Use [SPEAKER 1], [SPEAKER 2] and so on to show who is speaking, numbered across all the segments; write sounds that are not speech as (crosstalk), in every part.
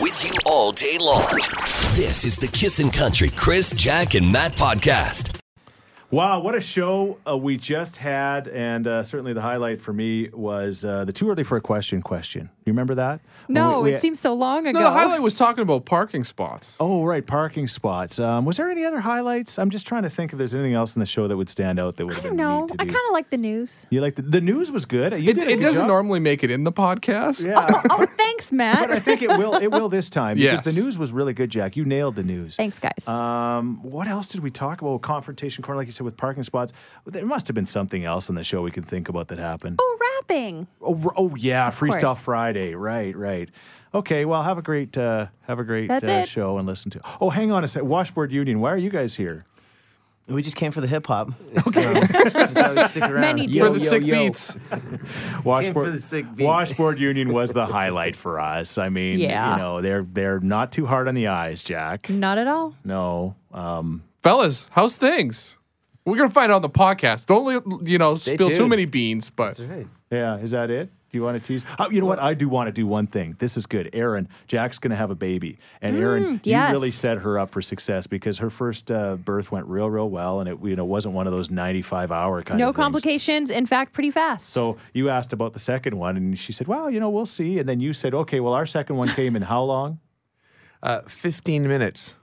[SPEAKER 1] with you all day long. This is the Kissin' Country Chris, Jack, and Matt podcast.
[SPEAKER 2] Wow, what a show uh, we just had. And uh, certainly the highlight for me was uh, the too early for a question question. You remember that?
[SPEAKER 3] No,
[SPEAKER 2] When we- we-
[SPEAKER 3] it seems so long ago.
[SPEAKER 4] No, the highlight was talking about parking spots.
[SPEAKER 2] Oh, right, parking spots. Um, was there any other highlights? I'm just trying to think if there's anything else in the show that would stand out that would
[SPEAKER 3] I
[SPEAKER 2] have
[SPEAKER 3] don't
[SPEAKER 2] been
[SPEAKER 3] know.
[SPEAKER 2] neat to
[SPEAKER 3] I
[SPEAKER 2] do.
[SPEAKER 3] kind of like
[SPEAKER 2] (laughs)
[SPEAKER 3] the news.
[SPEAKER 2] You like the, the news was good. You
[SPEAKER 4] It,
[SPEAKER 2] did a
[SPEAKER 4] it
[SPEAKER 2] good
[SPEAKER 4] doesn't
[SPEAKER 2] job.
[SPEAKER 4] normally make it in the podcast.
[SPEAKER 2] (laughs) Yeah.
[SPEAKER 3] Oh, thanks, Matt.
[SPEAKER 2] but I think it will. It will this time
[SPEAKER 4] Yes.
[SPEAKER 2] because the news was really good, Jack. You nailed the news.
[SPEAKER 3] (laughs) thanks, guys.
[SPEAKER 2] Um, what else did we talk about? Confrontation corner, like you said, with parking spots. There must have been something else on the show we can think about that happened.
[SPEAKER 3] oh, rapping.
[SPEAKER 2] Oh, r- oh yeah, Freestyle
[SPEAKER 3] course.
[SPEAKER 2] Friday. Right, right. Okay, well, have a great uh, have a great
[SPEAKER 3] That's
[SPEAKER 2] uh,
[SPEAKER 3] it.
[SPEAKER 2] show and listen to. Oh, hang on a sec. Washboard Union. Why are you guys here?
[SPEAKER 5] We just came for the hip hop. Okay. stick around.
[SPEAKER 3] Many
[SPEAKER 4] For
[SPEAKER 3] Yo,
[SPEAKER 4] the sick beats.
[SPEAKER 2] Washboard,
[SPEAKER 5] for the sick beats.
[SPEAKER 2] Washboard Union was
[SPEAKER 5] (laughs)
[SPEAKER 2] the highlight for us. I mean,
[SPEAKER 3] Yeah.
[SPEAKER 2] you know, they're they're not too hard on the eyes, Jack.
[SPEAKER 3] Not at all.
[SPEAKER 2] No. Um,
[SPEAKER 4] Fellas, how's things? We're going to find out on the podcast. Don't, let- you know, spill too
[SPEAKER 5] tuned.
[SPEAKER 4] many beans, but
[SPEAKER 5] Right.
[SPEAKER 2] yeah, is that it? Do you want to tease? Oh, you know what? I do want to do one thing. This is good. Aaron, Jack's going to have a baby. And Aaron,
[SPEAKER 3] Mm, yes.
[SPEAKER 2] you really set her up for success because her first uh, birth went real, real well. And it you know, wasn't one of those 95 hour kind
[SPEAKER 3] No
[SPEAKER 2] of things.
[SPEAKER 3] complications. In fact, pretty fast. (laughs)
[SPEAKER 2] So you asked about the second one, and she said, "Well, you know, we'll see." And then you said, "Okay, well, our second one came in how long?"
[SPEAKER 6] Uh, 15 minutes.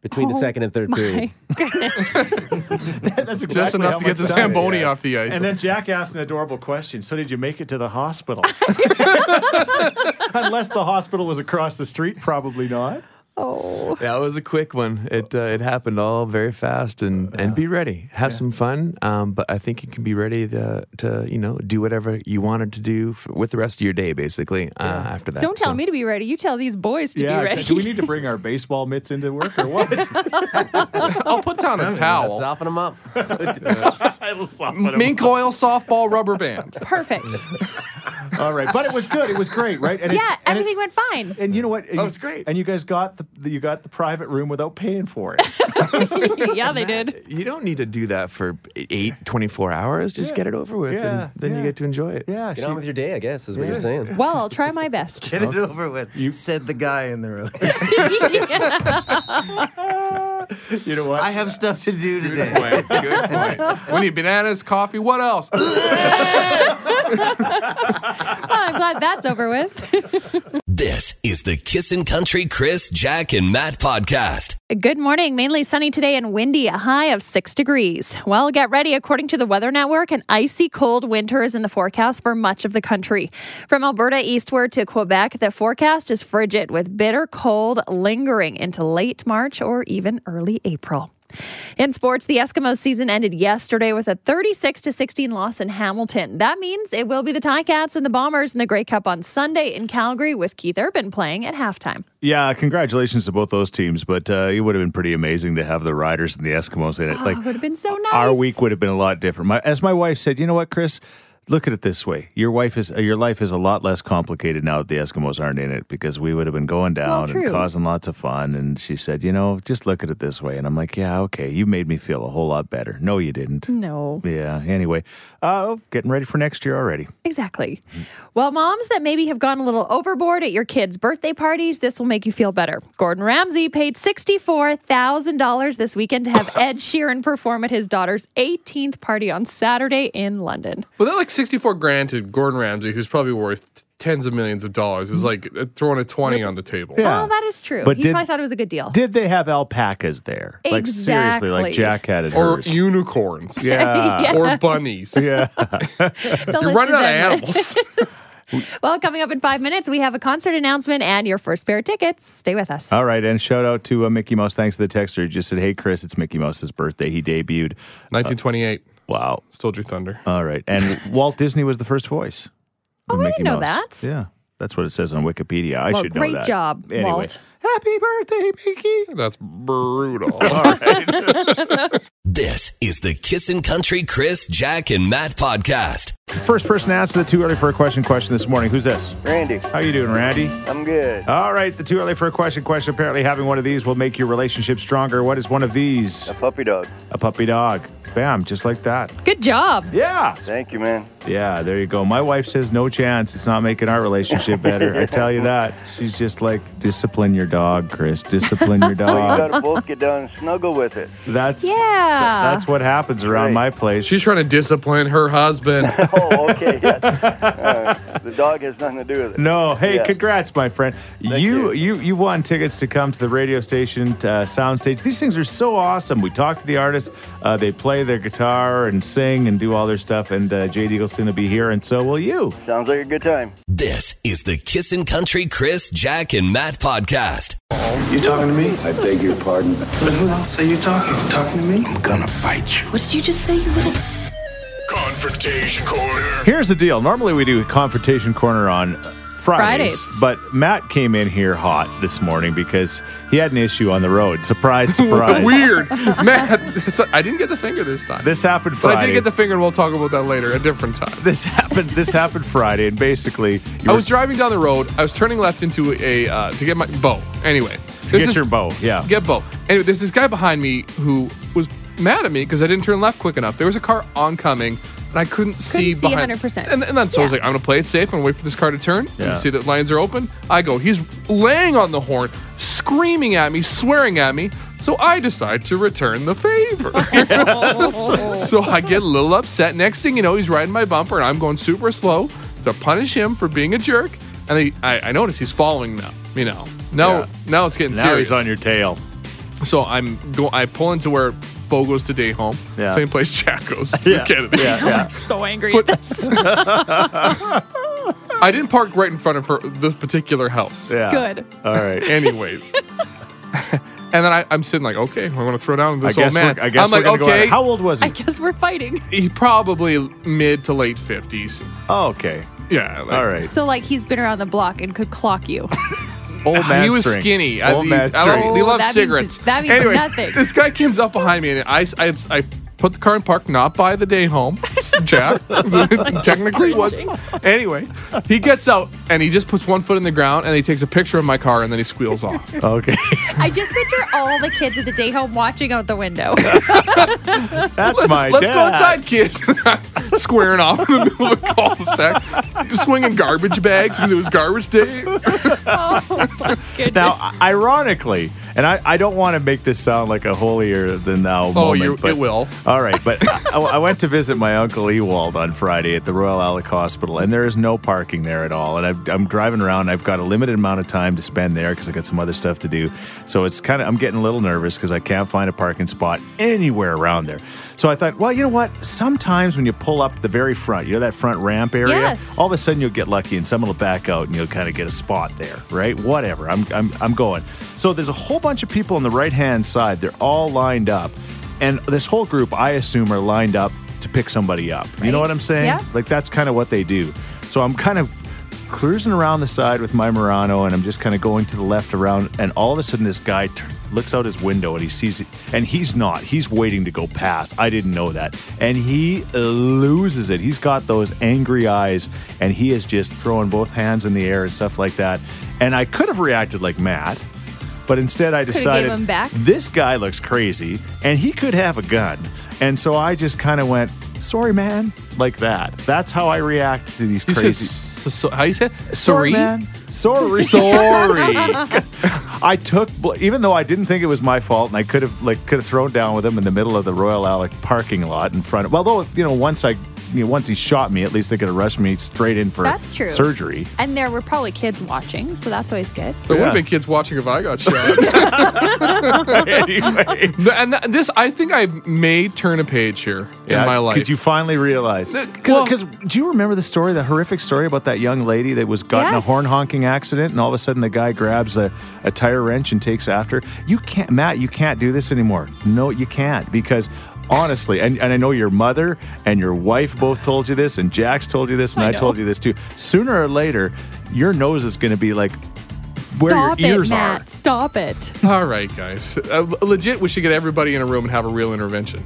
[SPEAKER 7] between the second and third period.
[SPEAKER 3] Oh My goodness.
[SPEAKER 2] That's exactly
[SPEAKER 4] just enough
[SPEAKER 2] how
[SPEAKER 4] to get
[SPEAKER 2] much
[SPEAKER 4] the
[SPEAKER 2] time it
[SPEAKER 4] Zamboni
[SPEAKER 2] is.
[SPEAKER 4] off the ice.
[SPEAKER 2] And then Jack asked an adorable question. So did you make it to the hospital? (laughs) Unless the hospital was across the street, probably not.
[SPEAKER 3] oh,
[SPEAKER 6] That was a quick one. It uh, it happened all very fast, and, and be ready. Have some fun, um, but I think you can be ready to, to you know do whatever you wanted to do f with the rest of your day, basically. Uh, after that,
[SPEAKER 3] don't tell
[SPEAKER 6] So-
[SPEAKER 3] me to be ready. You tell these boys to
[SPEAKER 2] yeah.
[SPEAKER 3] be ready.
[SPEAKER 2] exactly. Do we
[SPEAKER 3] (laughs)
[SPEAKER 2] need to bring our baseball mitts into work or what?
[SPEAKER 4] I'll put
[SPEAKER 2] (laughs)
[SPEAKER 4] down a
[SPEAKER 7] That's
[SPEAKER 4] towel.
[SPEAKER 7] offing them
[SPEAKER 5] (laughs)
[SPEAKER 7] up.
[SPEAKER 2] It'll soften 'em.
[SPEAKER 4] Mink oil, softball, rubber band.
[SPEAKER 2] (laughs)
[SPEAKER 3] Perfect.
[SPEAKER 2] All right, but it was good. It was great, right? And
[SPEAKER 3] yeah,
[SPEAKER 2] and it-
[SPEAKER 3] everything went
[SPEAKER 2] (laughs)
[SPEAKER 3] fine. (laughs)
[SPEAKER 2] and you know what? And
[SPEAKER 6] Oh,
[SPEAKER 2] you-
[SPEAKER 6] it's great.
[SPEAKER 2] And you guys got the, the you got the private room without paying for it.
[SPEAKER 3] yeah, they did.
[SPEAKER 6] You don't need to do that for eight, 24 hours. Just
[SPEAKER 2] Yeah.
[SPEAKER 6] get it over with,
[SPEAKER 2] Yeah,
[SPEAKER 6] and then
[SPEAKER 2] yeah.
[SPEAKER 6] you get to enjoy it.
[SPEAKER 2] Yeah,
[SPEAKER 7] Get
[SPEAKER 2] she-
[SPEAKER 7] on with your day, I guess, is what you're saying.
[SPEAKER 3] Well, I'll try my best.
[SPEAKER 5] Get it over with. You said the guy in the room.
[SPEAKER 2] (laughs)
[SPEAKER 5] (laughs)
[SPEAKER 2] you know what?
[SPEAKER 5] I have stuff to do today.
[SPEAKER 6] Good point. Good point.
[SPEAKER 4] We need bananas, coffee.
[SPEAKER 2] (laughs)
[SPEAKER 4] What else?
[SPEAKER 3] Well, I'm glad that's over
[SPEAKER 2] (laughs)
[SPEAKER 3] with.
[SPEAKER 1] This is the Kissin' Country Chris, Jack, and Matt podcast.
[SPEAKER 3] Good morning. Mainly sunny today and windy, a high of six degrees. Well, get ready. According to the Weather Network, an icy cold winter is in the forecast for much of the country. From Alberta eastward to Quebec, the forecast is frigid with bitter cold lingering into late March or even early April. In sports, the Eskimos season ended yesterday with a 36 to 16 loss in Hamilton. That means it will be the Ticats and the Bombers in the Grey Cup on Sunday in Calgary with Keith Urban playing at halftime.
[SPEAKER 2] Yeah, congratulations to both those teams, but uh, it would have been pretty amazing to have the Riders and the Eskimos in it.
[SPEAKER 3] Oh, it would have been so nice.
[SPEAKER 2] our week would have been a lot different. My, as my wife said, you know what, Chris? Look at it this way: your wife is uh, your life is a lot less complicated now that the Eskimos aren't in it because we would have been going down
[SPEAKER 3] true.
[SPEAKER 2] and causing lots of fun. And she said, you know, just look at it this way. And I'm like, yeah, okay, you made me feel a whole lot better. No, you
[SPEAKER 3] Mm.
[SPEAKER 2] didn't.
[SPEAKER 3] No.
[SPEAKER 2] Yeah. Anyway, uh, getting ready for next year already.
[SPEAKER 3] Exactly. Well, moms that maybe have gone a little overboard at your kids' birthday parties, this will make you feel better. Gordon Ramsay paid $64,000 this weekend
[SPEAKER 2] (laughs)
[SPEAKER 3] to have Ed Sheeran perform at his daughter's 18th party on Saturday in London.
[SPEAKER 4] Well, that like 64 grand to Gordon Ramsay, who's probably worth tens of millions of dollars, is like uh, throwing a 20 on the table.
[SPEAKER 2] Mm. Yeah.
[SPEAKER 3] Well, Oh, that is true.
[SPEAKER 2] But
[SPEAKER 3] he
[SPEAKER 2] did-
[SPEAKER 3] probably thought it was a good (laughs) deal.
[SPEAKER 2] Did they have alpacas there? Like seriously,
[SPEAKER 3] Oh. Exactly.
[SPEAKER 2] like Jack had at
[SPEAKER 4] Or
[SPEAKER 2] hers.
[SPEAKER 4] unicorns.
[SPEAKER 2] yeah.
[SPEAKER 4] Or bunnies.
[SPEAKER 2] Yeah. Uh,
[SPEAKER 3] The
[SPEAKER 4] You're
[SPEAKER 3] list
[SPEAKER 4] running
[SPEAKER 3] is
[SPEAKER 4] out of
[SPEAKER 3] endless.
[SPEAKER 4] animals.
[SPEAKER 3] Well, coming up in five minutes, we have a concert announcement and your first pair of tickets. Stay with us.
[SPEAKER 2] All right, and shout out to uh, Mickey Mouse. Thanks to the texter, who just said, "Hey Chris, it's Mickey Mouse's birthday. He debuted."
[SPEAKER 4] 1928.
[SPEAKER 2] Wow.
[SPEAKER 4] Stole your thunder.
[SPEAKER 2] All right,
[SPEAKER 3] (laughs)
[SPEAKER 2] and Walt Disney was the first voice. of
[SPEAKER 3] Oh, I
[SPEAKER 2] Mickey
[SPEAKER 3] didn't know
[SPEAKER 2] Mouse.
[SPEAKER 3] that.
[SPEAKER 2] Yeah, that's what it says on Wikipedia. I
[SPEAKER 3] Well,
[SPEAKER 2] should know
[SPEAKER 3] great
[SPEAKER 2] that.
[SPEAKER 3] job,
[SPEAKER 2] anyway.
[SPEAKER 3] Walt.
[SPEAKER 2] Happy birthday, Mickey.
[SPEAKER 4] That's
[SPEAKER 2] (laughs)
[SPEAKER 4] brutal.
[SPEAKER 1] This is the Kissin' Country Chris, Jack, and Matt podcast.
[SPEAKER 2] First person to answer the too early for a question question this morning. Who's this?
[SPEAKER 8] Randy,
[SPEAKER 2] How you doing, Randy?
[SPEAKER 8] I'm good.
[SPEAKER 2] All right, the too early for a question question. Apparently, having one of these will make your relationship stronger. What is one of these?
[SPEAKER 8] Puppy dog.
[SPEAKER 2] A puppy dog. Bam, just like that.
[SPEAKER 3] Good job.
[SPEAKER 2] Yeah.
[SPEAKER 8] Thank you, man.
[SPEAKER 2] Yeah, there you go. My wife says no chance. It's not making our relationship better. I tell you that. She's just like, discipline your dog, Chris.
[SPEAKER 8] (laughs)
[SPEAKER 2] Discipline your
[SPEAKER 8] You
[SPEAKER 2] dog. (laughs)
[SPEAKER 8] gotta both get down and snuggle with it. (laughs)
[SPEAKER 2] That's
[SPEAKER 3] Yeah.
[SPEAKER 2] that's what happens around
[SPEAKER 8] Right.
[SPEAKER 2] my place.
[SPEAKER 4] She's trying to discipline her husband.
[SPEAKER 8] Oh, okay. Yes. Uh, the dog has nothing to do with it.
[SPEAKER 2] (laughs) no, hey,
[SPEAKER 8] Yeah.
[SPEAKER 2] congrats, my friend. You, you
[SPEAKER 8] you.
[SPEAKER 2] you won tickets to come to the radio station uh, soundstage. These things are so awesome. We talk to the artists. Uh, they play their guitar and sing and do all their stuff. And uh, Jade Eagleson will be here, and so will you.
[SPEAKER 8] Sounds like a good time.
[SPEAKER 1] This is the Kissin' Country Chris, Jack, and Matt podcast.
[SPEAKER 9] You talking to me?
[SPEAKER 10] I beg your pardon.
[SPEAKER 9] But who else are you talking? You talking to me? I'm gonna bite you.
[SPEAKER 11] What did you just say, you
[SPEAKER 2] (laughs)
[SPEAKER 11] little?
[SPEAKER 9] Confrontation corner.
[SPEAKER 2] Here's the deal. Normally we do confrontation corner on Fridays,
[SPEAKER 3] Fridays.
[SPEAKER 2] but Matt came in here hot this morning because he had an issue on the road. Surprise, surprise.
[SPEAKER 4] (laughs) Weird, Matt. it's- I didn't get the finger this time.
[SPEAKER 2] This happened
[SPEAKER 4] but
[SPEAKER 2] Friday.
[SPEAKER 4] I did get the finger, and we'll talk about that later, a different time.
[SPEAKER 2] this happened. This happened Friday, and basically, you
[SPEAKER 4] I
[SPEAKER 2] were-
[SPEAKER 4] was driving down the road. I was turning left into a uh, to get my bow. Anyway,
[SPEAKER 2] to get your bow. Yeah,
[SPEAKER 4] Oh. Get bow. Anyway, there's this guy behind me who was mad at me because I didn't turn left quick enough. There was a car oncoming, and I couldn't, see
[SPEAKER 3] see
[SPEAKER 4] behind.
[SPEAKER 3] 100%.
[SPEAKER 4] And, and then so I was
[SPEAKER 3] Yeah.
[SPEAKER 4] like, I'm gonna play it safe and wait for this car to turn
[SPEAKER 2] Yeah.
[SPEAKER 4] and see that lines are open. I go. He's laying on the horn, screaming at me, swearing at me. So I decide to return the (laughs) favor.
[SPEAKER 2] (laughs)
[SPEAKER 4] So I get a little upset. Next thing you know, he's riding my bumper, and I'm going super slow to punish him for being a jerk. And he, I, I notice he's following now. You know, now
[SPEAKER 2] Yeah.
[SPEAKER 4] now it's getting
[SPEAKER 2] now
[SPEAKER 4] serious.
[SPEAKER 2] he's on your
[SPEAKER 4] (laughs)
[SPEAKER 2] tail.
[SPEAKER 4] So I'm go. I pull into where Bo goes to day home.
[SPEAKER 2] Yeah.
[SPEAKER 4] Same place Jack
[SPEAKER 2] (laughs)
[SPEAKER 4] goes. with Kennedy.
[SPEAKER 2] yeah,
[SPEAKER 3] (laughs)
[SPEAKER 2] yeah.
[SPEAKER 3] (laughs) I'm so angry
[SPEAKER 4] But-
[SPEAKER 3] at this.
[SPEAKER 4] I didn't park right in front of her this particular house.
[SPEAKER 2] yeah.
[SPEAKER 3] Good.
[SPEAKER 2] All right. (laughs)
[SPEAKER 4] Anyways. And then I, I'm sitting like, okay, I'm gonna throw down
[SPEAKER 2] I
[SPEAKER 4] this
[SPEAKER 2] guess
[SPEAKER 4] old man.
[SPEAKER 2] we're, I guess
[SPEAKER 4] am
[SPEAKER 2] we're
[SPEAKER 4] like,
[SPEAKER 2] gonna go. at
[SPEAKER 4] okay,
[SPEAKER 2] it. How old was
[SPEAKER 3] I
[SPEAKER 2] he?
[SPEAKER 3] guess we're fighting.
[SPEAKER 4] he probably mid to late fifties.
[SPEAKER 2] Oh, okay.
[SPEAKER 4] Yeah. like-
[SPEAKER 2] All right.
[SPEAKER 3] So like he's been around the block and could clock you.
[SPEAKER 2] Old man.
[SPEAKER 4] he was
[SPEAKER 2] strength.
[SPEAKER 4] skinny. I,
[SPEAKER 2] Old
[SPEAKER 4] he,
[SPEAKER 2] man.
[SPEAKER 4] I don't-
[SPEAKER 2] strength.
[SPEAKER 4] he
[SPEAKER 3] Oh,
[SPEAKER 4] loved
[SPEAKER 3] that means-
[SPEAKER 4] cigarettes.
[SPEAKER 3] that means
[SPEAKER 4] anyway,
[SPEAKER 3] nothing.
[SPEAKER 4] This guy comes up behind me, and I, I, I put the car in park, not by the day home.
[SPEAKER 3] (laughs)
[SPEAKER 4] Jack (laughs) technically was. Anyway, he gets out and he just puts one foot in the ground, and he takes a picture of my car, and then he squeals
[SPEAKER 2] (laughs)
[SPEAKER 4] off.
[SPEAKER 2] Okay.
[SPEAKER 3] I just picture all the kids at the day home watching out the window. (laughs)
[SPEAKER 2] That's
[SPEAKER 4] let's
[SPEAKER 2] my.
[SPEAKER 4] let's
[SPEAKER 2] dad.
[SPEAKER 4] go outside, kids. (laughs) Squaring off in the middle of a cul-de-sac, swinging garbage bags because it was garbage day.
[SPEAKER 3] Oh Goodness.
[SPEAKER 2] Now, ironically, and I, I don't want to make this sound like a holier than thou moment.
[SPEAKER 4] Oh, you-
[SPEAKER 2] but,
[SPEAKER 4] it will.
[SPEAKER 2] All right, but I, I went to visit my uncle Ewald on Friday at the Royal Alec Hospital, and there is no parking there at all. And I've, I'm driving around. I've got a limited amount of time to spend there because I got some other stuff to do. So it's kind of I'm getting a little nervous because I can't find a parking spot anywhere around there. So I thought, well, you know what? Sometimes when you pull up the very front, you know that front ramp area,
[SPEAKER 3] Yes.
[SPEAKER 2] all of a sudden you'll get lucky and someone will back out and you'll kind of get a spot there, right? Whatever. I'm, I'm, I'm going. So there's a whole bunch of people on the right hand side. They're all lined up. And this whole group, I assume, are lined up to pick somebody up. You know
[SPEAKER 3] Right.
[SPEAKER 2] what I'm saying?
[SPEAKER 3] Yeah.
[SPEAKER 2] Like that's kind of what they do. So I'm kind of cruising around the side with my Murano and I'm just kind of going to the left around. And all of a sudden, this guy tur looks out his window and he sees it. And he's not, he's waiting to go past. I didn't know that. And he loses it. He's got those angry eyes and he is just throwing both hands in the air and stuff like that. And I could have reacted like Matt. But instead, I
[SPEAKER 3] gave
[SPEAKER 2] decided
[SPEAKER 3] him back.
[SPEAKER 2] this guy looks crazy and he could have a gun. And so I just kind of went, sorry, man, like that. That's how I react to these
[SPEAKER 4] You said,
[SPEAKER 2] crazy.
[SPEAKER 4] s- so, how you said?
[SPEAKER 2] sorry,
[SPEAKER 4] Sorry?
[SPEAKER 2] man. Sorry.
[SPEAKER 4] (laughs) Sorry.
[SPEAKER 2] (laughs) I took, bl- even though I didn't think it was my fault, and I could have like could have thrown down with him in the middle of the Royal Alec parking lot in front of. Although you know, once I, you know, once he shot me, at least they could have rushed me straight in for
[SPEAKER 3] That's true.
[SPEAKER 2] surgery.
[SPEAKER 3] (laughs)
[SPEAKER 2] (laughs)
[SPEAKER 3] and there were probably kids watching, so that's always good.
[SPEAKER 4] There would
[SPEAKER 2] Yeah.
[SPEAKER 4] have been kids watching if I got shot.
[SPEAKER 2] (laughs) anyway,
[SPEAKER 4] Th- and th- this, I think I may turn a page here in my life.
[SPEAKER 2] Because you finally realized.
[SPEAKER 4] Uh, well-
[SPEAKER 2] Because do you remember the story, the horrific story about that young lady that was got in a
[SPEAKER 3] Yes.
[SPEAKER 2] horn honking accident and all of a sudden the guy grabs a, a tire wrench and takes after? You can't, Matt, you can't do this anymore. No, you can't because. Honestly, and, and I know your mother and your wife both told you this, and Jax told you this, and I,
[SPEAKER 3] know.
[SPEAKER 2] told you this too. Sooner or later, your nose is going to be like where
[SPEAKER 3] Stop
[SPEAKER 2] your
[SPEAKER 3] it,
[SPEAKER 2] ears
[SPEAKER 3] Matt.
[SPEAKER 2] are.
[SPEAKER 3] Stop it.
[SPEAKER 4] (laughs) All right, guys. Uh, l- legit, we should get everybody in a room and have a
[SPEAKER 2] (laughs)
[SPEAKER 4] real intervention.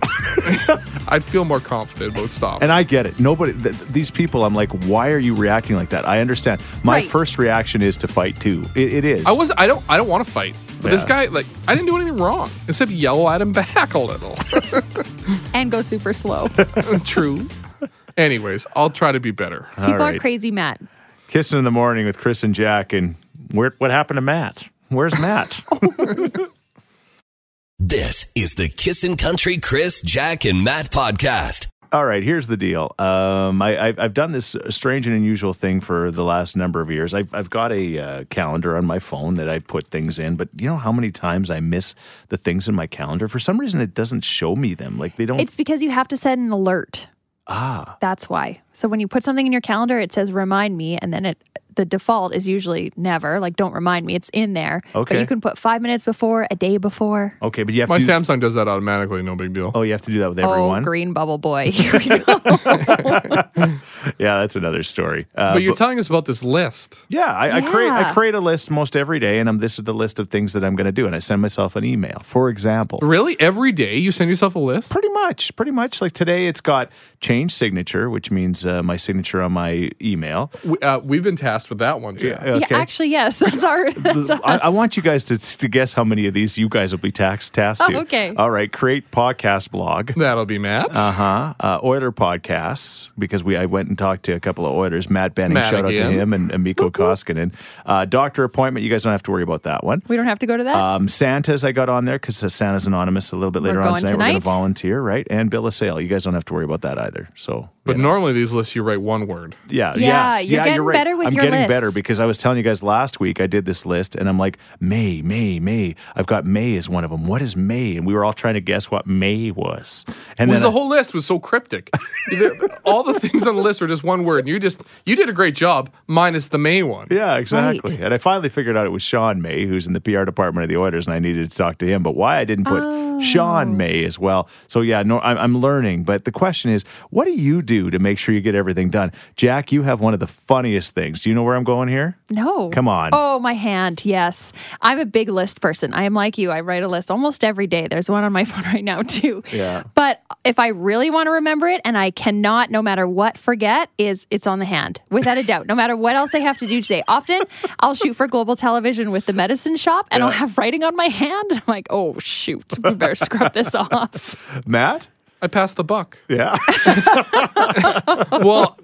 [SPEAKER 4] I'd feel more confident about stop.
[SPEAKER 2] And I get it. Nobody, th- these people, I'm like, why are you reacting like that? I understand. My
[SPEAKER 3] Right.
[SPEAKER 2] first reaction is to fight too. It, it is.
[SPEAKER 4] I was I don't I don't want to fight. But this
[SPEAKER 2] Yeah.
[SPEAKER 4] guy, like, I didn't do anything wrong except yell at him (laughs) back a little.
[SPEAKER 3] And go
[SPEAKER 2] (laughs)
[SPEAKER 3] super slow.
[SPEAKER 4] True. Anyways, I'll try to be better.
[SPEAKER 3] People are
[SPEAKER 2] right.
[SPEAKER 3] crazy, Matt.
[SPEAKER 2] kissing in the morning with Chris and Jack. And where, what happened to Matt? Where's
[SPEAKER 3] (laughs)
[SPEAKER 2] Matt?
[SPEAKER 3] Oh.
[SPEAKER 1] This is the Kissin' Country Chris, Jack, and Matt podcast.
[SPEAKER 2] All right, here's the deal. Um, I, I've, I've done this strange and unusual thing for the last number of years. I've, I've got a uh, calendar on my phone that I put things in, but you know how many times I miss the things in my calendar? For some reason, it doesn't show me them. Like they don't.
[SPEAKER 3] It's because you have to set an alert.
[SPEAKER 2] ah,
[SPEAKER 3] That's why. So when you put something in your calendar, it says remind me, and then it the default is usually never like don't remind me. It's in there.
[SPEAKER 2] Okay.
[SPEAKER 3] But you can put five minutes before, a day before.
[SPEAKER 2] okay, but you have
[SPEAKER 4] My
[SPEAKER 2] to.
[SPEAKER 4] Samsung does that automatically, no big deal.
[SPEAKER 2] oh, you have to do that with everyone.
[SPEAKER 3] Oh, green bubble boy. (laughs) Here we go.
[SPEAKER 2] Yeah, that's another story. Uh,
[SPEAKER 4] but you're telling us about this list.
[SPEAKER 2] Yeah, I, I create I
[SPEAKER 3] Yeah.
[SPEAKER 2] create a list most every day, and I'm this is the list of things that I'm going to do, and I send myself an email. For example,
[SPEAKER 4] Really? Every day you send yourself a list?
[SPEAKER 2] pretty much, pretty much like today, it's got change signature, which means uh, my signature on my email.
[SPEAKER 4] We, uh, we've been tasked with that one, Jack.
[SPEAKER 2] Okay.
[SPEAKER 3] Yeah, actually, yes. (laughs) That's our. That's
[SPEAKER 2] The- I, I
[SPEAKER 3] us.
[SPEAKER 2] want you guys to, to guess how many of these you guys will be tax, tasked to.
[SPEAKER 3] Oh, okay.
[SPEAKER 2] All right. Create podcast blog.
[SPEAKER 4] That'll be Matt.
[SPEAKER 2] Uh-huh. Uh Oiler podcasts because we I went and talked to a couple of Oilers. Matt Benning,
[SPEAKER 4] Matt
[SPEAKER 2] shout out
[SPEAKER 4] again.
[SPEAKER 2] to him, and, and Miko Koskinen. Uh, doctor appointment. You guys don't have to worry about that one.
[SPEAKER 3] We don't have to go to that.
[SPEAKER 2] Um, Santa's I got on there because Santa's Anonymous a little bit
[SPEAKER 3] We're
[SPEAKER 2] later on
[SPEAKER 3] going
[SPEAKER 2] tonight. We're going
[SPEAKER 3] tonight.
[SPEAKER 2] to volunteer, right? And Bill of Sale. You guys don't have to worry about that either. So,
[SPEAKER 4] but
[SPEAKER 2] you know.
[SPEAKER 4] normally these lists you write one word.
[SPEAKER 2] yeah,
[SPEAKER 3] Yeah,
[SPEAKER 2] yes.
[SPEAKER 3] you're
[SPEAKER 2] yeah,
[SPEAKER 3] getting
[SPEAKER 2] you're right.
[SPEAKER 3] better with
[SPEAKER 2] I'm
[SPEAKER 3] your
[SPEAKER 2] getting
[SPEAKER 3] lists.
[SPEAKER 2] better because I was telling you guys last week I did this list and I'm like May, May, May. I've got May as one of them. What is May? And we were all trying to guess what May was. And
[SPEAKER 4] Because
[SPEAKER 2] then
[SPEAKER 4] the whole list was so cryptic. The- All the things on the list were just one word. And you just you did a great job, minus the May one.
[SPEAKER 2] Yeah, exactly.
[SPEAKER 3] Right.
[SPEAKER 2] And I finally figured out it was Sean May, who's in the PR department of the Oilers, and I needed to talk to him. But why I didn't put
[SPEAKER 3] Oh.
[SPEAKER 2] Sean May as well. So yeah, no, I'm, I'm learning. But the question is, what do you do to make sure you get everything done? Jack, you have one of the funniest things. Do you know where I'm going here?
[SPEAKER 3] No.
[SPEAKER 2] Come on.
[SPEAKER 3] Oh, my hand. Yes. I'm a big list person. I am like you. I write a list almost every day. There's one on my (laughs) phone right now, too. Yeah. But if I really want to remember it and I cannot, no matter what, forget, is it's on the hand, without a doubt. No matter what else I have to do today. Often I'll shoot for global television with the medicine shop and I'll have writing on my hand. And I'm like, oh, shoot. We better scrub this (laughs) off.
[SPEAKER 2] Matt?
[SPEAKER 4] I passed the buck.
[SPEAKER 3] (laughs)
[SPEAKER 2] Yeah.
[SPEAKER 4] (laughs) Well,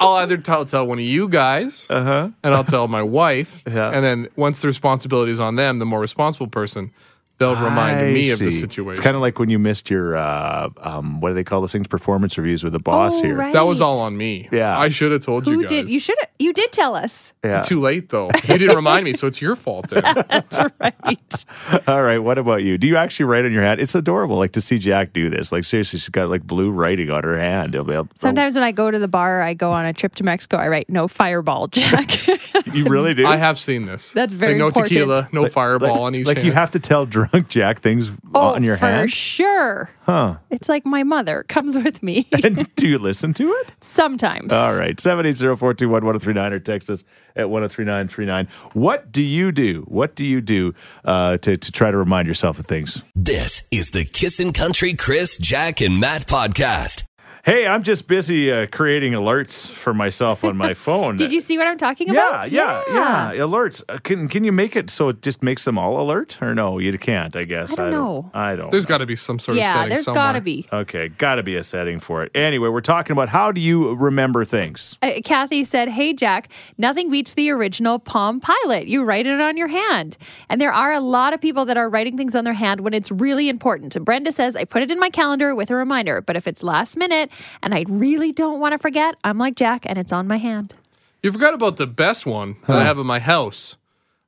[SPEAKER 4] I'll either tell, tell one of you guys, uh-huh. and I'll tell my wife, and then once the responsibility is on them, the more responsible person, they'll remind
[SPEAKER 2] I
[SPEAKER 4] me of the
[SPEAKER 2] see.
[SPEAKER 4] situation.
[SPEAKER 2] It's kind of like when you missed your uh, um, what do they call those things? Performance reviews with the boss
[SPEAKER 3] Oh,
[SPEAKER 2] here.
[SPEAKER 3] right.
[SPEAKER 4] that was all on me.
[SPEAKER 2] Yeah.
[SPEAKER 4] I should have told you
[SPEAKER 3] Who
[SPEAKER 4] guys.
[SPEAKER 3] did? You should have. You did tell us. (laughs)
[SPEAKER 2] Yeah.
[SPEAKER 4] Too late though. You didn't remind me, so it's your fault. Then.
[SPEAKER 3] That's right.
[SPEAKER 2] (laughs) All right, what about you? Do you actually write on your hand? It's adorable, like to see Jack do this. Like seriously, she's got like blue writing on her hand. It'll be- it'll-
[SPEAKER 3] Sometimes when I go to the bar, I go on a trip to Mexico. I write no fireball, (laughs) Jack.
[SPEAKER 2] you really do.
[SPEAKER 4] I have seen this.
[SPEAKER 3] That's very
[SPEAKER 4] like, no
[SPEAKER 3] important.
[SPEAKER 4] tequila, no fireball on each.
[SPEAKER 2] like you
[SPEAKER 4] hand.
[SPEAKER 2] have to tell drunk Jack things (laughs) on your
[SPEAKER 3] Oh, for
[SPEAKER 2] hand.
[SPEAKER 3] sure.
[SPEAKER 2] Huh.
[SPEAKER 3] It's like my mother comes
[SPEAKER 2] (laughs)
[SPEAKER 3] with me
[SPEAKER 2] (laughs) And do you listen to it?
[SPEAKER 3] sometimes.
[SPEAKER 2] All right. 780-421-1039 or text us at 103939. What do you do? What do you do uh, to, to try to remind yourself of things?
[SPEAKER 1] This is the Kissin' Country Chris, Jack, and Matt podcast.
[SPEAKER 2] Hey, I'm just busy uh, creating alerts for myself on
[SPEAKER 3] (laughs)
[SPEAKER 2] my phone.
[SPEAKER 3] Did you see what I'm talking
[SPEAKER 2] Yeah,
[SPEAKER 3] about?
[SPEAKER 2] yeah, yeah, Alerts. Uh, can can you make it so it just makes them all alert? Or no, you can't. I guess.
[SPEAKER 3] I don't know.
[SPEAKER 2] I don't.
[SPEAKER 4] There's got to be some sort of
[SPEAKER 3] Yeah,
[SPEAKER 4] setting
[SPEAKER 3] there's
[SPEAKER 4] somewhere.
[SPEAKER 3] got to be.
[SPEAKER 2] okay, got to be a setting for it. Anyway, we're talking about how do you remember things?
[SPEAKER 3] Uh, Kathy said, Hey, Jack, nothing beats the original Palm Pilot. You write it on your hand. And there are a lot of people that are writing things on their hand when it's really important. Brenda says, I put it in my calendar with a reminder, but if it's last minute and I really don't want to forget, I'm like Jack and it's on my hand.
[SPEAKER 4] You forgot about the best one that I have in my house.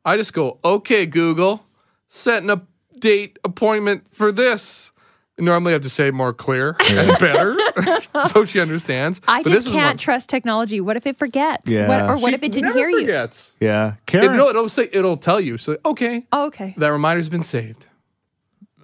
[SPEAKER 4] I just go, okay, Google, setting a date appointment for this. Normally, I have to say it
[SPEAKER 2] (laughs)
[SPEAKER 4] more clear and better (laughs) so she understands.
[SPEAKER 3] I
[SPEAKER 4] But
[SPEAKER 3] just
[SPEAKER 4] this
[SPEAKER 3] can't
[SPEAKER 4] Is
[SPEAKER 3] trust technology. What if it forgets?
[SPEAKER 2] Yeah.
[SPEAKER 3] What, or
[SPEAKER 4] one,
[SPEAKER 3] what
[SPEAKER 4] she
[SPEAKER 3] if it didn't
[SPEAKER 4] never
[SPEAKER 3] hear you?
[SPEAKER 4] forgets.
[SPEAKER 2] Yeah,
[SPEAKER 4] It,
[SPEAKER 2] Karen.
[SPEAKER 4] no, it'll say it'll tell you. So okay,
[SPEAKER 3] Oh, okay.
[SPEAKER 4] that reminder's been saved.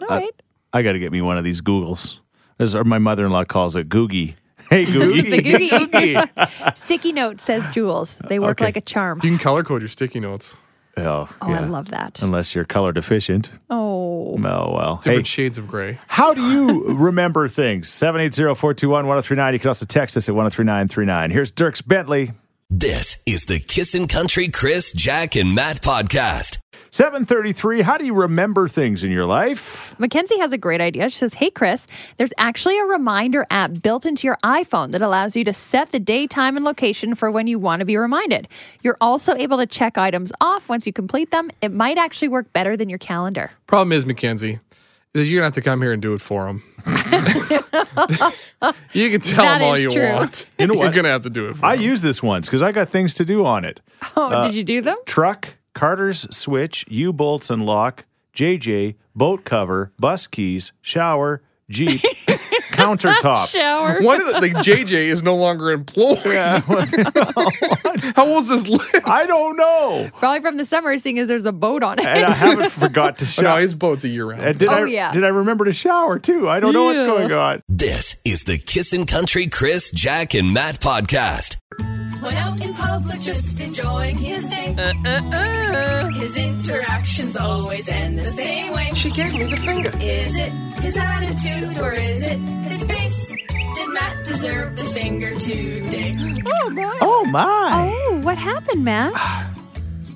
[SPEAKER 3] All right.
[SPEAKER 2] I got to get me one of these Googles. As our- my mother-in-law calls it, Googie.
[SPEAKER 3] (laughs)
[SPEAKER 2] Hey, Googie.
[SPEAKER 3] The Googie.
[SPEAKER 4] you
[SPEAKER 3] (laughs) Sticky note says Jules. They work
[SPEAKER 2] Okay.
[SPEAKER 3] like a charm.
[SPEAKER 4] can color code your sticky notes.
[SPEAKER 2] (laughs) Oh,
[SPEAKER 3] Oh, I
[SPEAKER 2] yeah. Um,
[SPEAKER 3] love that.
[SPEAKER 2] Unless you're color deficient.
[SPEAKER 3] Oh,
[SPEAKER 2] Oh, well. Hey,
[SPEAKER 4] Different shades of gray.
[SPEAKER 2] how do
[SPEAKER 3] (laughs)
[SPEAKER 2] you remember things? 780-421-1039. You can also text us at 103939. Here's Dirks Bentley.
[SPEAKER 1] This is the Kissin' Country Chris, Jack, and Matt podcast.
[SPEAKER 2] 733. How do you remember things in your life?
[SPEAKER 3] Mackenzie has a great idea. She says, Hey, Chris, there's actually a reminder app built into your iPhone that allows you to set the day, time, and location for when you want to be reminded. You're also able to check items off once you complete them. It might actually work better than your calendar. (laughs)
[SPEAKER 4] Problem is, Mackenzie, is you're gonna have to come here and do it
[SPEAKER 3] (laughs)
[SPEAKER 4] for them. (laughs) you can tell
[SPEAKER 3] That
[SPEAKER 4] them all
[SPEAKER 3] is
[SPEAKER 4] you
[SPEAKER 3] true.
[SPEAKER 4] want.
[SPEAKER 2] You know
[SPEAKER 4] (laughs) You're
[SPEAKER 2] what?
[SPEAKER 4] gonna have to do it. For
[SPEAKER 2] I
[SPEAKER 4] 'em.
[SPEAKER 2] used this once because I got things to do on it.
[SPEAKER 3] Oh, did you do them?
[SPEAKER 2] Truck, Carter's switch, U bolts and lock, JJ, boat cover, bus keys, shower,
[SPEAKER 3] (laughs)
[SPEAKER 2] Jeep, countertop.
[SPEAKER 3] Shower.
[SPEAKER 4] One of the like JJ is no longer employed. (laughs)
[SPEAKER 2] (laughs)
[SPEAKER 4] How old's this list?
[SPEAKER 2] I (laughs) don't know.
[SPEAKER 3] Probably from the summer, seeing as there's a boat on it.
[SPEAKER 2] And
[SPEAKER 3] (laughs)
[SPEAKER 2] I haven't forgot to
[SPEAKER 4] Oh, no,
[SPEAKER 2] shower.
[SPEAKER 4] his boat's a year round.
[SPEAKER 2] And did
[SPEAKER 3] Oh,
[SPEAKER 2] I
[SPEAKER 3] yeah.
[SPEAKER 2] did I remember to shower too? I don't know what's
[SPEAKER 3] Yeah.
[SPEAKER 2] going on.
[SPEAKER 1] This is the Kissin' Country Chris, Jack, and Matt podcast.
[SPEAKER 10] When out in public, just enjoying his day. His interactions always end the same way.
[SPEAKER 9] She gave me the finger.
[SPEAKER 10] Is it his attitude or is it his face? Did Matt deserve the finger today?
[SPEAKER 2] Oh my!
[SPEAKER 3] Oh, what happened, Matt?
[SPEAKER 2] (sighs)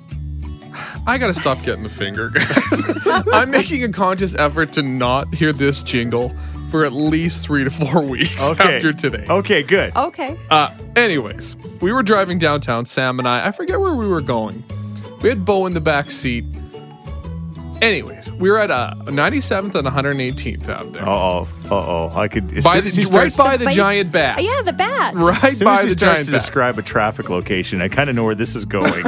[SPEAKER 4] I gotta stop getting the finger, guys. (laughs) I'm making a conscious effort to not hear this jingle for at least three to four weeks (laughs) after today.
[SPEAKER 2] Okay, Oh. good.
[SPEAKER 3] Okay.
[SPEAKER 4] Uh, anyways, we were driving downtown, Sam and I. I forget where we were going. We had Bo in the back seat. Anyways, we were at uh, 97th and 118th out there.
[SPEAKER 2] Uh oh, uh oh. I could as
[SPEAKER 4] by
[SPEAKER 2] soon
[SPEAKER 4] the,
[SPEAKER 2] as he
[SPEAKER 4] right
[SPEAKER 2] starts-
[SPEAKER 4] by the
[SPEAKER 3] But you-
[SPEAKER 4] giant bat.
[SPEAKER 3] Uh, Yeah, the bat.
[SPEAKER 4] Right
[SPEAKER 2] As soon
[SPEAKER 4] by
[SPEAKER 2] as he
[SPEAKER 4] the
[SPEAKER 2] starts
[SPEAKER 4] giant
[SPEAKER 2] to
[SPEAKER 4] bat.
[SPEAKER 2] describe a traffic location, I kind of know where this is going.
[SPEAKER 3] (laughs)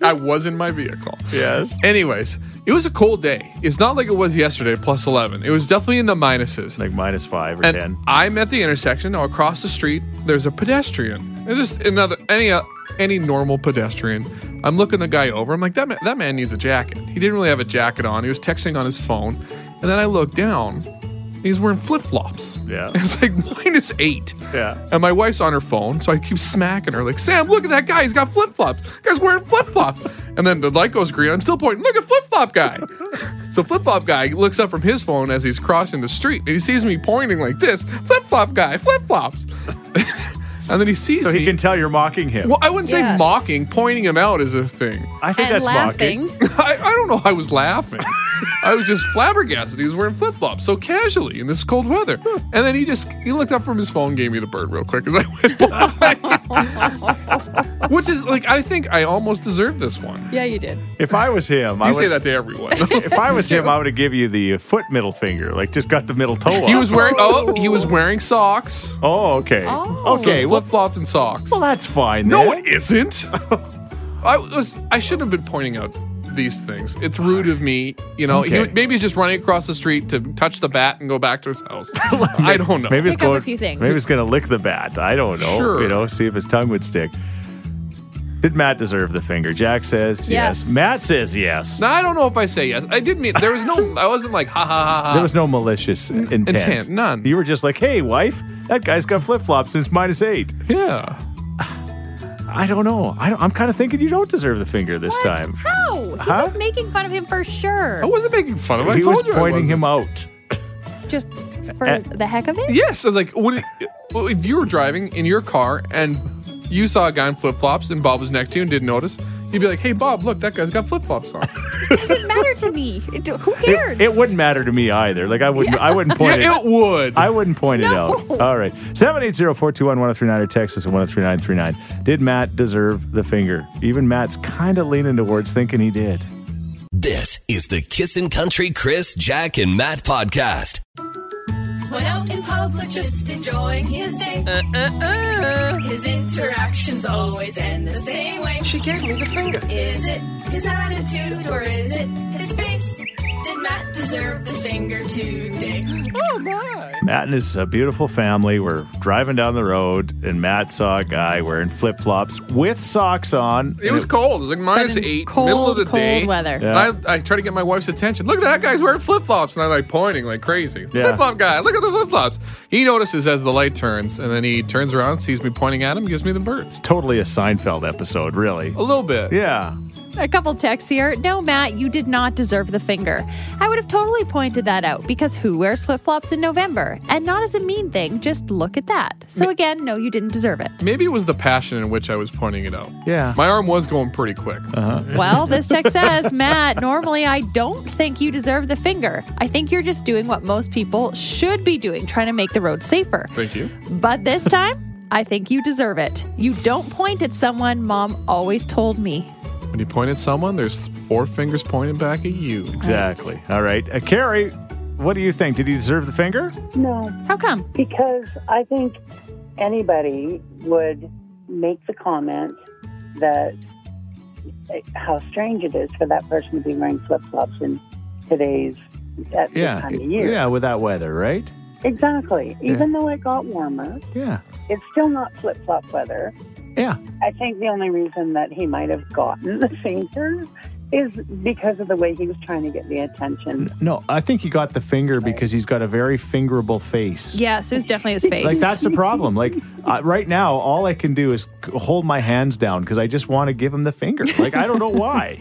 [SPEAKER 4] I was in my vehicle.
[SPEAKER 2] yes.
[SPEAKER 4] Anyways, it was a cold day. It's not like it was yesterday, plus 11. It was definitely in the minuses.
[SPEAKER 2] Like minus five or
[SPEAKER 4] and
[SPEAKER 2] ten.
[SPEAKER 4] I'm at the intersection. Now across the street, there's a pedestrian. There's just another any uh, any normal pedestrian. I'm looking the guy over. I'm like, that man, that man needs a jacket. He didn't really have a jacket on. He was texting on his phone. And then I look down. and He's wearing flip flops.
[SPEAKER 2] Yeah.
[SPEAKER 4] (laughs) It's like minus eight.
[SPEAKER 2] Yeah.
[SPEAKER 4] And my wife's on her phone, so I keep smacking her, like, Sam, look at that guy. He's got flip flops. Guy's wearing flip flops. And then the light goes green. I'm still pointing, look at flip flop guy. so flip flop guy looks up from his phone as he's crossing the street and he sees me pointing like this flip flop guy, flip flops. (laughs) and then he sees
[SPEAKER 2] So
[SPEAKER 4] me.
[SPEAKER 2] he can tell you're mocking him.
[SPEAKER 4] well, I wouldn't say
[SPEAKER 3] Yes.
[SPEAKER 4] mocking, pointing him out is a thing.
[SPEAKER 2] I think
[SPEAKER 3] (laughs) and
[SPEAKER 2] that's
[SPEAKER 3] laughing.
[SPEAKER 2] mocking. (laughs)
[SPEAKER 4] I, I don't know. I was laughing. I was just flabbergasted. He was wearing flip flops so casually in this cold weather. And then he just he looked up from his phone, gave me the bird real quick as I went by.
[SPEAKER 2] (laughs)
[SPEAKER 4] Which is like I think I almost deserved this one.
[SPEAKER 3] Yeah, you did.
[SPEAKER 2] If I was him, I
[SPEAKER 4] You
[SPEAKER 2] would.
[SPEAKER 4] say that to everyone.
[SPEAKER 2] (laughs) If I
[SPEAKER 4] (laughs)
[SPEAKER 2] was him, I would have give you the uh, foot middle finger. Like just got the middle toe.
[SPEAKER 4] he
[SPEAKER 2] up.
[SPEAKER 4] was wearing oh he was wearing socks.
[SPEAKER 2] Oh, okay.
[SPEAKER 3] Oh.
[SPEAKER 2] Okay. Well,
[SPEAKER 4] flip flops and socks.
[SPEAKER 2] well, that's fine.
[SPEAKER 4] no,
[SPEAKER 2] then.
[SPEAKER 4] it isn't. (laughs) I was I shouldn't have been pointing out these things. It's rude of me, you know. He
[SPEAKER 2] Okay.
[SPEAKER 4] was- maybe he's just running across the street to touch the bat and go back to his
[SPEAKER 2] (laughs)
[SPEAKER 4] house. I don't know.
[SPEAKER 2] Maybe it's
[SPEAKER 3] Pick up a
[SPEAKER 2] going.
[SPEAKER 3] few things.
[SPEAKER 2] Maybe it's going to lick the bat. I don't know.
[SPEAKER 4] Sure.
[SPEAKER 2] You know, see if his tongue would stick. Did Matt deserve the finger? Jack says yes.
[SPEAKER 3] Yes.
[SPEAKER 2] Matt says yes.
[SPEAKER 4] Now I don't know if I say yes. I didn't mean there was no. I wasn't like ha ha ha ha.
[SPEAKER 2] There was no malicious intent.
[SPEAKER 4] intent, none.
[SPEAKER 2] You were just like, hey, wife, that guy's got flip flops since minus eight.
[SPEAKER 4] yeah.
[SPEAKER 2] I don't know. I don't, I'm kind of thinking you don't deserve the finger this
[SPEAKER 3] What?
[SPEAKER 2] time.
[SPEAKER 3] How? Oh, He
[SPEAKER 2] Huh? Oh.
[SPEAKER 3] was making fun of him for sure.
[SPEAKER 4] I wasn't making fun of him. I
[SPEAKER 2] he
[SPEAKER 4] told
[SPEAKER 2] was
[SPEAKER 4] you I
[SPEAKER 2] pointing him
[SPEAKER 4] wasn't.
[SPEAKER 2] out.
[SPEAKER 3] Just for
[SPEAKER 2] Eh.
[SPEAKER 3] the heck of
[SPEAKER 2] (laughs)
[SPEAKER 3] it?
[SPEAKER 4] Yes, I was like, what if, well, if you were driving in your car and you saw a guy in flip flops and Bob was next to you and didn't notice, you'd be like, hey Bob, look, that guy's got flip flops on.
[SPEAKER 3] doesn't matter to me. It, who cares?
[SPEAKER 2] (laughs) It, it wouldn't matter to me either. Like I wouldn't. I
[SPEAKER 4] (laughs)
[SPEAKER 2] wouldn't
[SPEAKER 4] yeah,
[SPEAKER 2] point it.
[SPEAKER 4] it would.
[SPEAKER 2] I wouldn't point it out. All right. 780-421-1039 or Texas oh at 103939. Did Matt deserve the finger? Even Matt's kind of leaning towards thinking he did.
[SPEAKER 1] This is the Kissin' Country Chris, Jack, and Matt podcast.
[SPEAKER 10] When out in public, just enjoying his day. His interactions always end the same way.
[SPEAKER 9] She gave me the finger.
[SPEAKER 10] Is it his attitude or is it his face? Did Matt deserve the finger today?
[SPEAKER 2] Matt and his uh, beautiful family were driving down the road, and Matt saw a guy wearing flip flops with socks on.
[SPEAKER 4] it
[SPEAKER 2] and
[SPEAKER 4] was cold. It was like minus
[SPEAKER 3] in
[SPEAKER 4] eight,
[SPEAKER 3] cold,
[SPEAKER 4] middle of the
[SPEAKER 3] cold
[SPEAKER 4] day.
[SPEAKER 3] weather.
[SPEAKER 4] And I, I try to get my wife's attention. Look at that guy's wearing flip flops, and I'm like pointing like crazy.
[SPEAKER 2] Yeah.
[SPEAKER 4] Flip flop guy, look at the flip flops. He notices as the light turns, and then he turns around, sees me pointing at him, gives me the birds.
[SPEAKER 2] totally a Seinfeld episode, really.
[SPEAKER 4] A little bit.
[SPEAKER 2] Yeah.
[SPEAKER 3] a couple texts here. No, Matt, you did not deserve the finger. I would have totally pointed that out because who wears flip flops in November? And not as a mean thing, just look at that. So again, no, you didn't deserve it.
[SPEAKER 4] Maybe it was the passion in which I was pointing it out.
[SPEAKER 2] Yeah.
[SPEAKER 4] My arm was going pretty quick. Uh-huh.
[SPEAKER 3] Well, this text says, Matt, normally I don't think you deserve the finger. I think you're just doing what most people should be doing, trying to make the road safer.
[SPEAKER 4] Thank you.
[SPEAKER 3] But this time, I think you deserve it. You don't point at someone, mom always told me.
[SPEAKER 4] When you point at someone, there's four fingers pointing back at you.
[SPEAKER 2] Exactly. All right. Uh, Carrie, what do you think? Did he deserve the finger?
[SPEAKER 11] No.
[SPEAKER 3] How come?
[SPEAKER 11] Because I think anybody would make the comment that eh, how strange it is for that person to be wearing flip flops in today's at this
[SPEAKER 2] Yeah.
[SPEAKER 11] time of year.
[SPEAKER 2] Yeah, with that weather, right?
[SPEAKER 11] Exactly.
[SPEAKER 2] Yeah.
[SPEAKER 11] Even though it got warmer,
[SPEAKER 2] Yeah.
[SPEAKER 11] it's still not flip flop weather.
[SPEAKER 2] Yeah.
[SPEAKER 11] I think the only reason that he might have gotten the finger is because of the way he was trying to get the attention.
[SPEAKER 2] No, I think he got the finger because he's got a very fingerable face.
[SPEAKER 3] Yes, it was definitely his face.
[SPEAKER 2] Like that's a problem. Like I, right now, all I can do is c- hold my hands down because I just want to give him the finger. Like I
[SPEAKER 4] (laughs)
[SPEAKER 2] don't know why.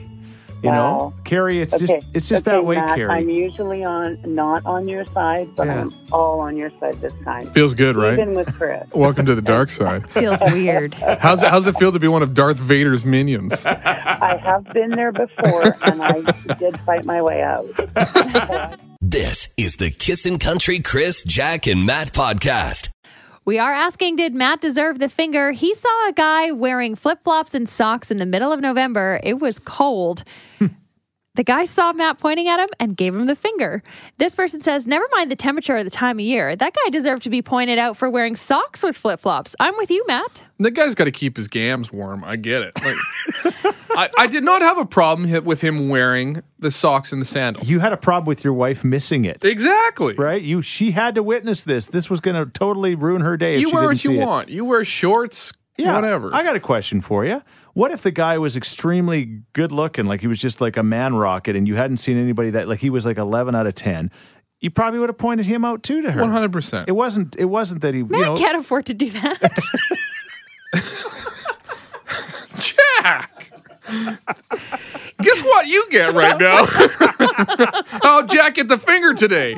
[SPEAKER 2] You know,
[SPEAKER 11] Wow.
[SPEAKER 2] Carrie, it's
[SPEAKER 11] okay.
[SPEAKER 2] just it's just
[SPEAKER 11] okay,
[SPEAKER 2] that way,
[SPEAKER 11] Matt,
[SPEAKER 2] Carrie.
[SPEAKER 11] I'm usually on not on your side, but
[SPEAKER 2] Yeah.
[SPEAKER 11] I'm all on your side this time.
[SPEAKER 4] Feels good, right?
[SPEAKER 11] Even with Chris.
[SPEAKER 4] Welcome to the dark side.
[SPEAKER 3] Feels
[SPEAKER 2] (laughs)
[SPEAKER 3] weird.
[SPEAKER 4] How's it, how's it feel to be one of Darth Vader's minions?
[SPEAKER 11] I have been there before, and
[SPEAKER 2] (laughs)
[SPEAKER 11] I did fight my way out.
[SPEAKER 1] This is the Kissin' Country Chris, Jack, and Matt podcast.
[SPEAKER 3] We are asking Did Matt deserve the finger? He saw a guy wearing flip flops and socks in the middle of November. It was cold. (laughs) The guy saw Matt pointing at him and gave him the finger. This person says, Never mind the temperature or the time of year. That guy deserved to be pointed out for wearing socks with flip flops. I'm with you, Matt.
[SPEAKER 4] the guy's got to keep his gams warm. I get it. Like, I, I did not have a problem hi- with him wearing the socks and the sandal.
[SPEAKER 2] you had a problem with your wife missing it,
[SPEAKER 4] Exactly.
[SPEAKER 2] right? You she had to witness this. This was going to totally ruin her day. if
[SPEAKER 4] You
[SPEAKER 2] she
[SPEAKER 4] wear
[SPEAKER 2] didn't
[SPEAKER 4] what you
[SPEAKER 2] see it.
[SPEAKER 4] want. You wear shorts,
[SPEAKER 2] Yeah,
[SPEAKER 4] whatever.
[SPEAKER 2] I got a question for you. What if the guy was extremely good looking, like he was just like a man rocket, and you hadn't seen anybody that like he was like eleven out of ten? You probably would have pointed him out too to her.
[SPEAKER 4] 100%. (laughs)
[SPEAKER 2] It wasn't. It wasn't that he.
[SPEAKER 3] Matt
[SPEAKER 2] you know,
[SPEAKER 3] can't afford to
[SPEAKER 2] (laughs)
[SPEAKER 3] do that.
[SPEAKER 4] Jack! Guess what you get
[SPEAKER 2] (laughs)
[SPEAKER 4] right now? oh, Jack get the finger today.